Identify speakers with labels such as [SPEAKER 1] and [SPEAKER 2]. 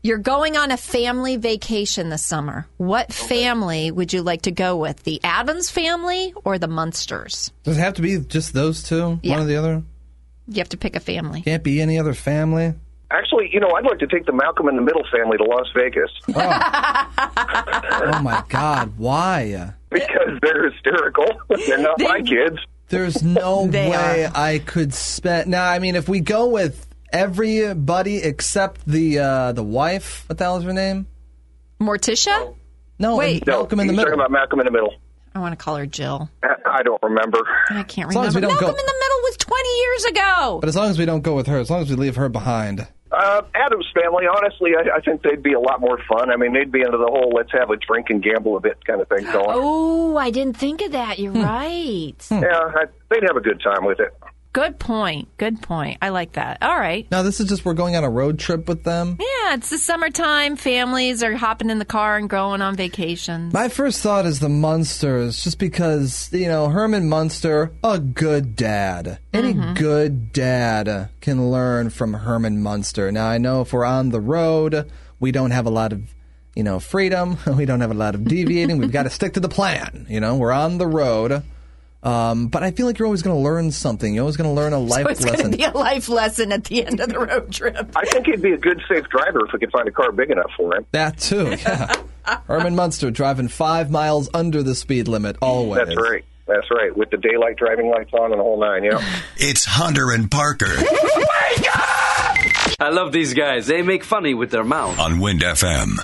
[SPEAKER 1] You're going on a family vacation this summer. What family would you like to go with? The Adams family or the Munsters?
[SPEAKER 2] Does it have to be just those two?
[SPEAKER 1] Yeah.
[SPEAKER 2] One or the other?
[SPEAKER 1] You have to pick a family.
[SPEAKER 2] Can't be any other family?
[SPEAKER 3] Actually, you know, I'd like to take the Malcolm in the Middle family to Las Vegas
[SPEAKER 2] Oh my God, why?
[SPEAKER 3] because they're hysterical. They're not my kids.
[SPEAKER 2] There's no
[SPEAKER 1] They
[SPEAKER 2] way
[SPEAKER 1] are.
[SPEAKER 2] I could spend. Now, I mean, if we go with everybody except the uh, the wife, what the hell is her name? Oh.
[SPEAKER 1] Morticia?
[SPEAKER 2] No,
[SPEAKER 1] Wait.
[SPEAKER 2] and Malcolm in the
[SPEAKER 3] he's
[SPEAKER 2] Middle.
[SPEAKER 3] talking about Malcolm in the Middle.
[SPEAKER 1] I want to call her Jill.
[SPEAKER 3] I I don't remember.
[SPEAKER 1] I can't
[SPEAKER 2] long as
[SPEAKER 1] remember.
[SPEAKER 2] we don't
[SPEAKER 1] Malcolm
[SPEAKER 2] go-
[SPEAKER 1] in the Middle was 20 years ago.
[SPEAKER 2] but as long as we don't go with her, as long as we leave her behind.
[SPEAKER 3] Uh, Adam's family, honestly, I, I think they'd be a lot more fun. I mean, they'd be into the whole let's have a drink and gamble a bit kind of thing going.
[SPEAKER 4] Oh, I didn't think of that.
[SPEAKER 1] Hmm.
[SPEAKER 4] You're right.
[SPEAKER 3] Yeah, I, they'd have a good time with it.
[SPEAKER 1] Good point. Good point. I like that. All right.
[SPEAKER 2] Now, this is just we're going on a road trip with them.
[SPEAKER 1] Yeah, it's the summertime. Families are hopping in the car and going on vacation.
[SPEAKER 2] My first thought is the Munsters, just because, you know, Herman Munster, a good dad. Any good dad can learn from Herman Munster. Now, I know if we're on the road, we don't have a lot of, you know, freedom. We don't have a lot of deviating. We've got to stick to the plan. You know, we're on the road. Um, but I feel like you're always going to learn something. You're always going to learn a life
[SPEAKER 1] It's going
[SPEAKER 2] lesson.
[SPEAKER 1] to be a life lesson at the end of the road trip.
[SPEAKER 3] I think he'd be a good, safe driver if we could find a car big enough for him.
[SPEAKER 2] that, too. Yeah. Herman Munster driving five miles under the speed limit always.
[SPEAKER 3] That's right. That's right. With the daylight driving lights on and the whole nine, yeah.
[SPEAKER 5] It's Hunter and Parker
[SPEAKER 6] I love these guys. They make funny with their mouth.
[SPEAKER 5] on Wind FM.